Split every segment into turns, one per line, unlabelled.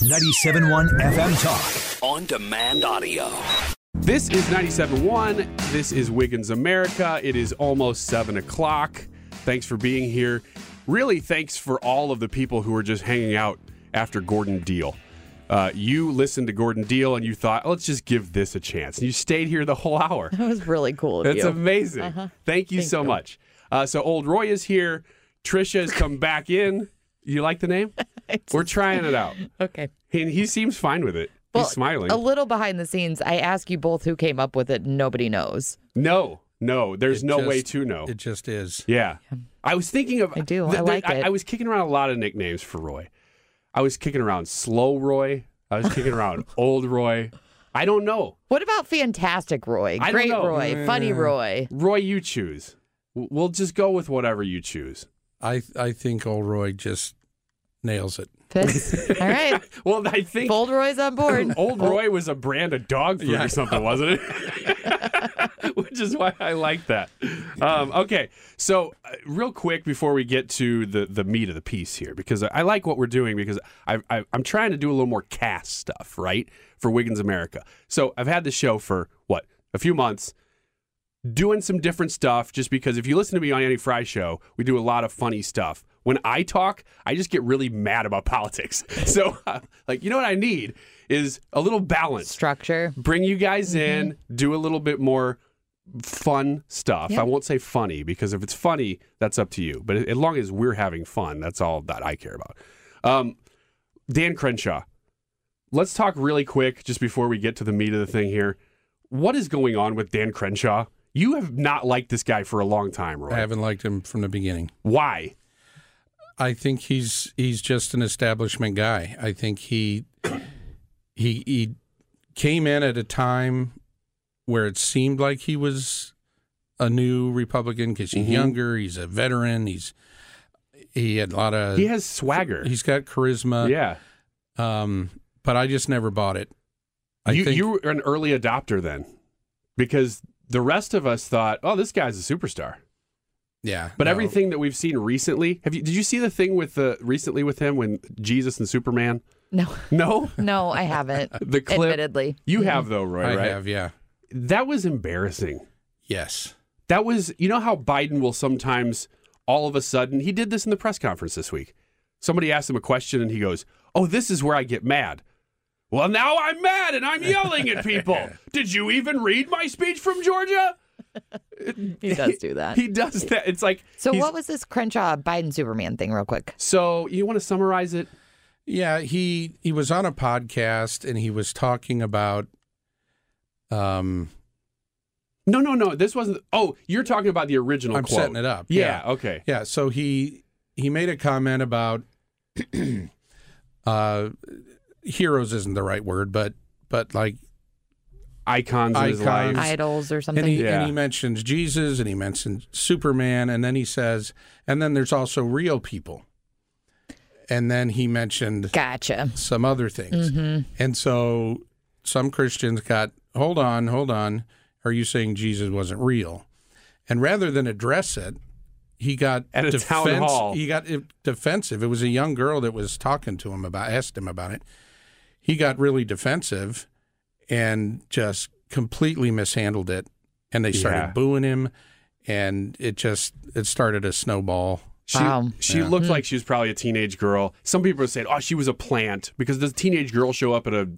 97.1 FM Talk.
On demand audio.
This is 97.1. This is Wiggins America. It is almost 7 o'clock. Thanks for being here. Really, thanks for all of the people who are just hanging out after Gordon Deal. Uh, you listened to Gordon Deal and you thought, let's just give this a chance. And you stayed here the whole hour.
That was really cool of
That's
you. Uh-huh.
amazing. Thank you
Thank
so
you.
much. Uh, so, Old Roy is here. Trisha has come back in. You like the name? We're trying it out.
okay.
And he seems fine with it.
Well,
He's smiling.
A little behind the scenes, I ask you both who came up with it. and Nobody knows.
no, no, there's
It
no
just-
way to know.
It just is.
Yeah. I was thinking of.
I do. I
there-
like it.
I was kicking around a lot of nicknames for Roy. I was kicking around Slow Roy. I was kicking around Old Roy. I don't know.
What about Fantastic Roy?
I don't
Great
know.
Roy? Funny Roy?
Roy, you choose. W- We'll just go with whatever you choose.
I I think old Roy just nails it.
Fitz? All right.
Well, I think
Bold Roy's on board.
Old Roy was a brand of dog food
Yeah, I
or something, wasn't it? Which is why I like that. Um, okay, so uh, real quick before we get to the the meat of the piece here, because I, I like what we're doing because I, I I'm trying to do a little more cast stuff, right, for Wiggins America. So I've had the show for what a few months. Doing some different stuff just because if you listen to me on Annie Fry show, we do a lot of funny stuff. When I talk, I just get really mad about politics. So, uh, like, you know what I need is a little balance
Structure.
bring you guys in, do a little bit more fun stuff.
Yeah.
I won't say funny because if it's funny, that's up to you. But as long as we're having fun, that's all that I care about. Um, Dan Crenshaw, let's talk really quick just before we get to the meat of the thing here. What is going on with Dan Crenshaw? You have not liked this guy for a long time, Roy.
I haven't liked him from the beginning.
Why?
I think he's he's just an establishment guy. I think he he he came in at a time where it seemed like he was a new Republican because
Mm-hmm.
he's younger, he's a veteran, he's he had a lot of
He has swagger.
Uh, he's uh, got charisma.
yeah.
Um, but I just never bought it. I
you,
think
you were an early adopter then because the rest of us thought, oh, this guy's a superstar.
yeah,
But
no.
everything that we've seen recently, have you? Did you see the thing with the recently with him when Jesus and Superman?
No,
No,
no, I haven't.
the clip.
Admittedly.
you have though, Roy.
Mm-hmm. I
right?
have, yeah,
That was embarrassing.
yes,
That was. You know how Biden will sometimes all of a sudden he did this in the press conference this week. Somebody asked him a question and he goes, "Oh, this is where I get mad." Well, now I'm mad and I'm yelling at people. Did you even read my speech from Georgia?
He does do that.
He does that. It's like
so,
he's-
what was this Crenshaw Biden Superman thing, real quick?
So you want to summarize it?
yeah. He he was on a podcast and he was talking about um
No, no, no. This wasn't. Oh, you're talking about the original.
I'm
quote.
setting it up.
Yeah. Okay.
Yeah. So he he made a comment about uh heroes isn't the right word, but but like
Icons in his
Icons.
life.
Idols or something?
and he
Yeah.
and he mentions Jesus and he mentions Superman and then he says and then there's also real people. And then he mentioned
gotcha.
some other things. And so some Christians got, hold on, hold on. Are you saying Jesus wasn't real? And rather than address it, he got
At a town
defense-
hall.
He got uh, defensive. It was a young girl that was talking to him about, asked him about it. He got really defensive and just completely mishandled it. And they started
Yeah.
booing him, and it just it started a snowball.
She,
Wow.
she
Hmm.
looked like she was probably a teenage girl. Some people are saying, "Oh, she was a plant," because does teenage girls show up at a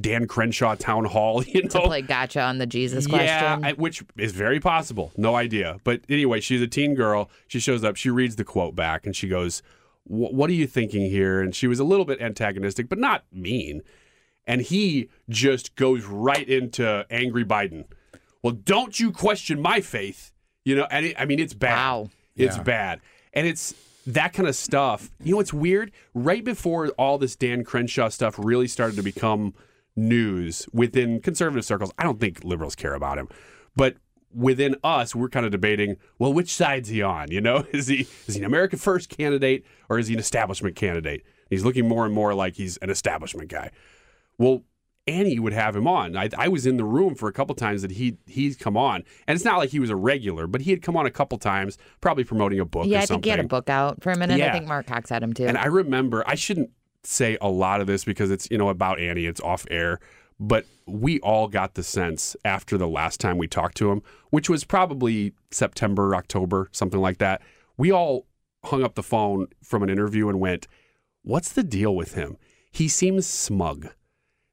Dan Crenshaw town hall? You know,
to play gotcha on the Jesus
Oh. yeah,
question.
I, which is very possible. No idea. But anyway, she's a teen girl. She shows up. She reads the quote back, and she goes, "Wh- "What are you thinking here?" And she was a little bit antagonistic, but not mean. And he just goes right into angry Biden. Well, don't you question my faith? You know, and it, I mean, it's bad.
Wow.
It's
Yeah.
bad. And it's that kind of stuff. You know what's weird? Right before all this Dan Crenshaw stuff really started to become news within conservative circles, I don't think liberals care about him. But within us, we're kind of debating, well, which side's he on? You know, is he is he an America First candidate or is he an establishment candidate? He's looking more and more like he's an establishment guy. Well, Annie would have him on. I, I was in the room for a couple times that he he's come on, and it's not like he was a regular, but he had come on a couple times, probably promoting a book.
yeah,
or
I
something.
think he had a book out for a minute.
Yeah.
I think Mark Cox had him too.
And I remember I shouldn't say a lot of this because it's you know about Annie, it's off air, but we all got the sense after the last time we talked to him, which was probably September, October, something like that. We all hung up the phone from an interview and went, "What's the deal with him? He seems smug."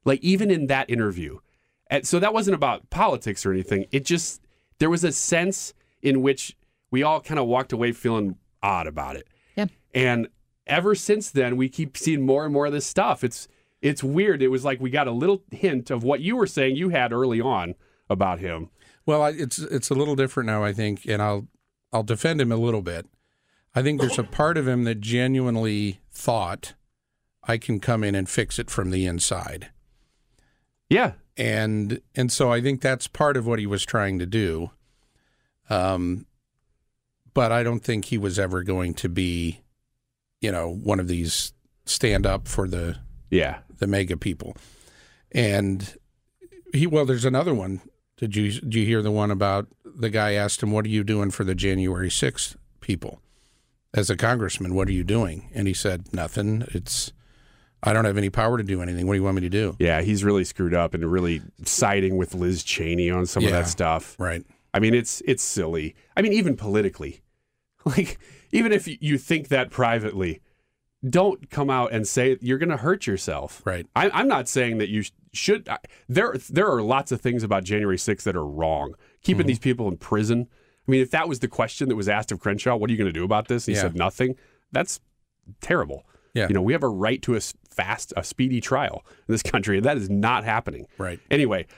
Like even in that interview. And so that wasn't about politics or anything. It just there was a sense in which we all kind of walked away feeling odd about it.
yeah.
And ever since then, we keep seeing more and more of this stuff. It's it's weird. It was like we got a little hint of what you were saying you had early on about him.
Well, I, it's it's a little different now, I think, and I'll I'll defend him a little bit. I think there's a part of him that genuinely thought I can come in and fix it from the inside.
Yeah,
and and so I think that's part of what he was trying to do. Um, but I don't think he was ever going to be, you know, one of these stand up for the
yeah,
the mega people. And he well, there's another one. Did you did you hear the one about the guy asked him, "What are you doing for the January 6th people?" As a congressman, what are you doing? And he said, "Nothing. It's I don't have any power to do anything. What do you want me to do?"
yeah. He's really screwed up and really siding with Liz Cheney on some of
Yeah.
that stuff.
Right.
I mean, it's it's silly. I mean, even politically, like even if you- you think that privately, don't come out and say it. you're going to hurt yourself.
Right.
I, I'm not saying that you sh- should. I, there there are lots of things about January 6th that are wrong. Keeping
Mm-hmm.
these people in prison. I mean, if that was the question that was asked of Crenshaw, what are you going to do about this? And he
Yeah.
said nothing. That's terrible.
Yeah.
You know, we have a right to a s- fast, a speedy trial in this country, and that is not happening.
Right.
Anyway,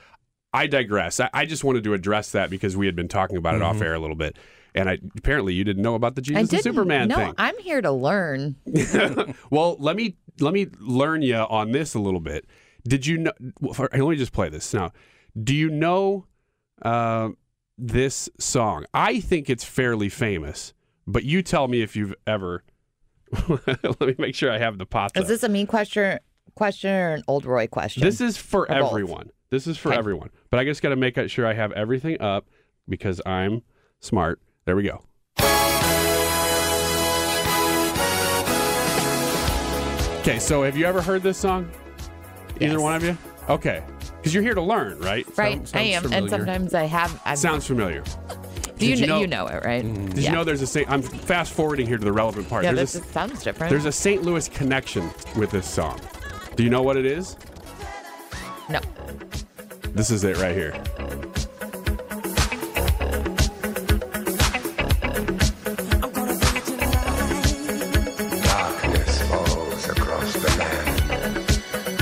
I digress. I, I just wanted to address that because we had been talking about it off air a little bit, and I, apparently you didn't know about the
Mm-hmm. I
Jesus and
didn't.
Superman
no,
thing.
I'm here to learn.
well, let me let me learn you on this a little bit. Did you know? well, for- Let me just play this now. Do you know uh, this song? I think it's fairly famous, but you tell me if you've ever. let me make sure I have the pop.
Is this a me question, question or an old Roy question?
This is for
both?
everyone. This is for
Okay.
everyone. But I just got to make sure I have everything up because I'm smart. There we go. Okay, so have you ever heard this song? Either
Yes.
one of you? Okay. Because you're here to learn, right?
right.
Sounds-
I
sounds
am,
familiar.
and sometimes I have. I've,
Sounds familiar.
do you,
did you
kn-
know- Mm-hmm.
you know it, right?
Did you know there's a St. I'm fast forwarding here to the relevant part.
Yeah,
there's,
this
a,
is- sounds different.
there's a St. Louis connection with this song. Do you know what it is?
no.
This is it right here.
Darkness falls across the land.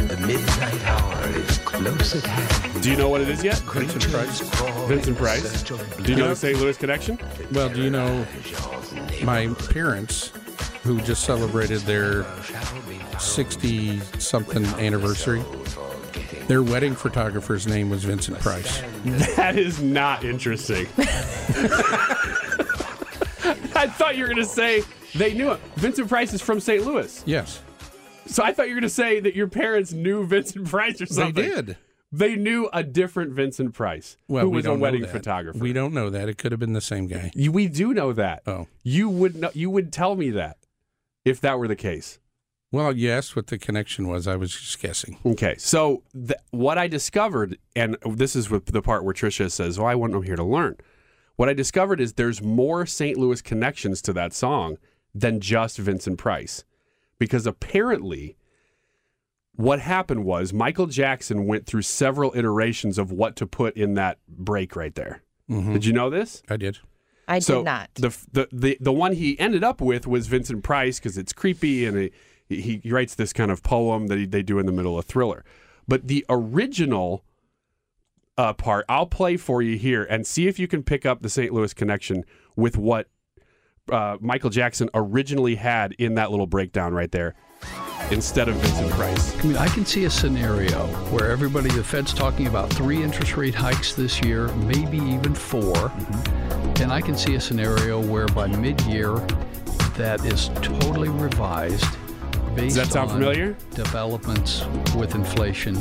The midnight hour is close at hand.
Do you know what it is yet?
Vincent Price.
Vincent Price. Do you know the St. Louis connection?
Well, do you know my parents, who just celebrated their 60 something anniversary, their wedding photographer's name was Vincent Price.
That is not interesting. I thought you were going to say they knew it. Vincent Price is from St. Louis.
Yes,
So I thought you were going to say that your parents knew Vincent Price or
they
something.
did.
They knew a different Vincent Price
Well,
who
we
was a
don't know
wedding
that.
photographer.
We don't know that. It could have been the same guy.
You- we do know that.
Oh.
You would know, you would tell me that if that were the case.
Well, you asked what the connection was. I was just guessing.
Okay, so th- what I discovered, and this is with the part where Tricia says, "Well, I went am here to learn." What I discovered is there's more St. Louis connections to that song than just Vincent Price. Because apparently, what happened was Michael Jackson went through several iterations of what to put in that break right there. Did you know this?
I did.
I
so
did not.
The, f- the the the one he ended up with was Vincent Price because it's creepy and he, he he writes this kind of poem that he, they do in the middle of Thriller. But the original uh, part I'll play for you here and see if you can pick up the St. Louis connection with what uh, Michael Jackson originally had in that little breakdown right there instead of Vincent Price.
I mean, I can see a scenario where everybody, the Fed's talking about three interest rate hikes this year, maybe even 4
Mm-hmm.
And I can see a scenario where by mid year, that is totally revised based
that sound
on
familiar?
developments with inflation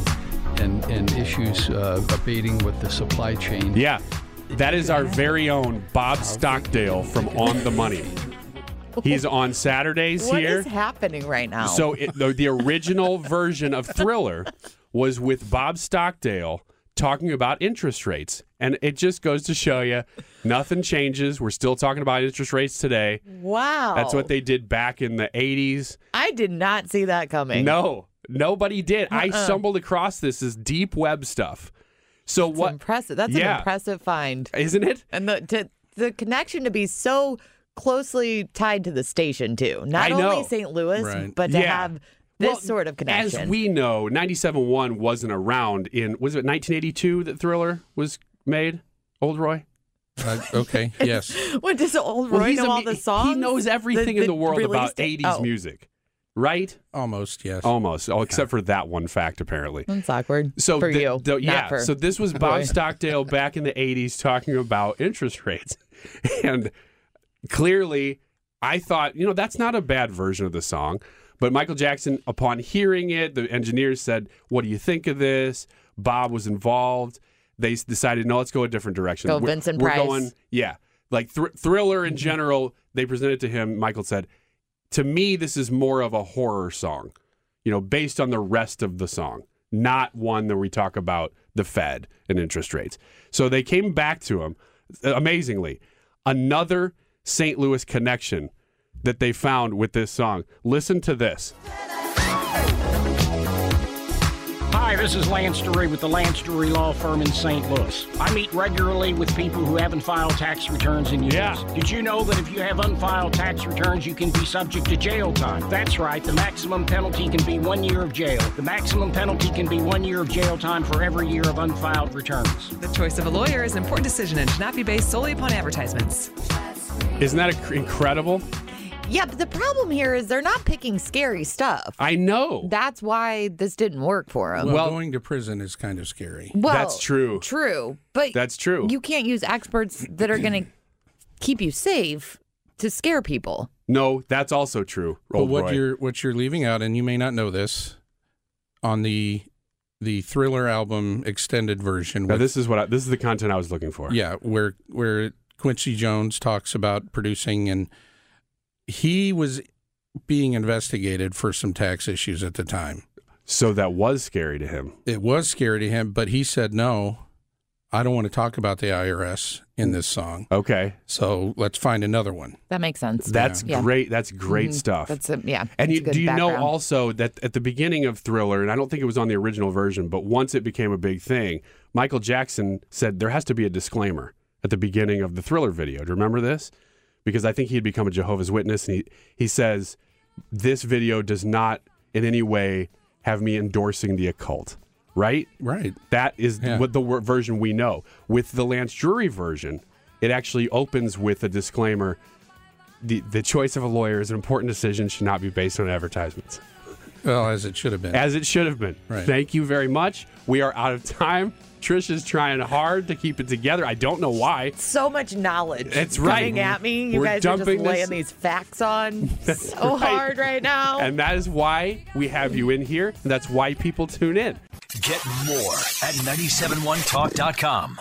and, and issues uh, abating with the supply chain.
Yeah. That is our very own Bob Stockdale from On the Money. He's on Saturdays
What
here.
is happening right now?
So it, the, the original version of Thriller was with Bob Stockdale talking about interest rates. And it just goes to show you nothing changes. We're still talking about interest rates today.
wow.
That's what they did back in the 80s.
I did not see that coming.
No, nobody did. I
Uh-uh.
stumbled across this as deep web stuff. So
It's
what
impressive. That's
Yeah.
an impressive find.
isn't it?
And the to, the connection to be so closely tied to the station too. Not
I know.
only St. Louis,
Right.
but to
Yeah.
have this
Well,
sort of connection.
As we know, 97.1 wasn't around in, was it 1982 that Thriller was made? Old Roy?
Uh, okay. Yes.
what does old Roy
Well, he's
know
a
all
mu-
the songs?
He knows
The-
everything in the world
release
about
date?
80s
Oh,
music, right?
Almost. Yes.
Almost, oh, except for that one fact, apparently.
That's awkward.
So
for
the-
you,
the-
not
yeah.
for
So this was Bob Stockdale back in the 80s talking about interest rates, and clearly, I thought, you know, that's not a bad version of the song. But Michael Jackson, upon hearing it, the engineers said, "What do you think of this?" Bob was involved. They s- decided, no, let's go a different direction.
Go Vincent
we're
Price. Mm-hmm.
going, yeah, like thr- Thriller in general. They presented to him. Michael said, "To me, this is more of a horror song." you know, based on the rest of the song, not one that we talk about the Fed and interest rates. So they came back to him uh, amazingly. Another St. Louis connection that they found with this song. Listen to this.
Hi, this is Lance Dury with the Lance Dury Law Firm in St. Louis. I meet regularly with people who haven't filed tax returns in years.
Yeah.
Did you know that if you have unfiled tax returns, you can be subject to jail time? That's right, the maximum penalty can be one year of jail. The maximum penalty can be one year of jail time for every year of unfiled returns.
The choice of a lawyer is an important decision and should not be based solely upon advertisements.
Isn't that inc- incredible?
yeah, but the problem here is they're not picking scary stuff.
I know.
That's why this didn't work for them.
Well,
Well-
going to prison is kind of scary.
Well,
That's true.
True, but
That's true.
You can't use experts that are going to keep you safe to scare people.
No, that's also true.
But
Old
what
Roy.
you're what you're leaving out, and you may not know this, on the the Thriller album extended version.
now
with-
this is what I, this is the content I was looking for.
Yeah, where where Quincy Jones talks about producing, and he was being investigated for some tax issues at the time.
So that was scary to him.
It was scary to him, but he said no. I don't want to talk about the IRS in this song,
Okay.
so let's find another one.
That makes sense.
That's
Yeah. Mm-hmm.
great. That's great stuff.
That's a, yeah.
And
that's
you,
a good
do you know
background.
also that at the beginning of Thriller, and I don't think it was on the original version, but once it became a big thing, Michael Jackson said there has to be a disclaimer at the beginning of the Thriller video. Do you remember this? Because I think he had become a Jehovah's Witness, and he, he says, This video does not in any way have me endorsing the occult, right?
Right.
That is
Yeah.
what the wor- version we know. With the Lance Drury version, it actually opens with a disclaimer. The, the choice of a lawyer is an important decision, should not be based on advertisements.
Well, as it should have been.
As it should have been.
Right.
Thank you very much. We are out of time. Trish is trying hard to keep it together. I don't know why.
so much knowledge.
That's right.
Coming at me. You
We're
guys are just
dumping
laying
this-
these facts on so
right.
hard right now.
And that is why we have you in here. And that's why people tune in.
Get more at 971talk.com.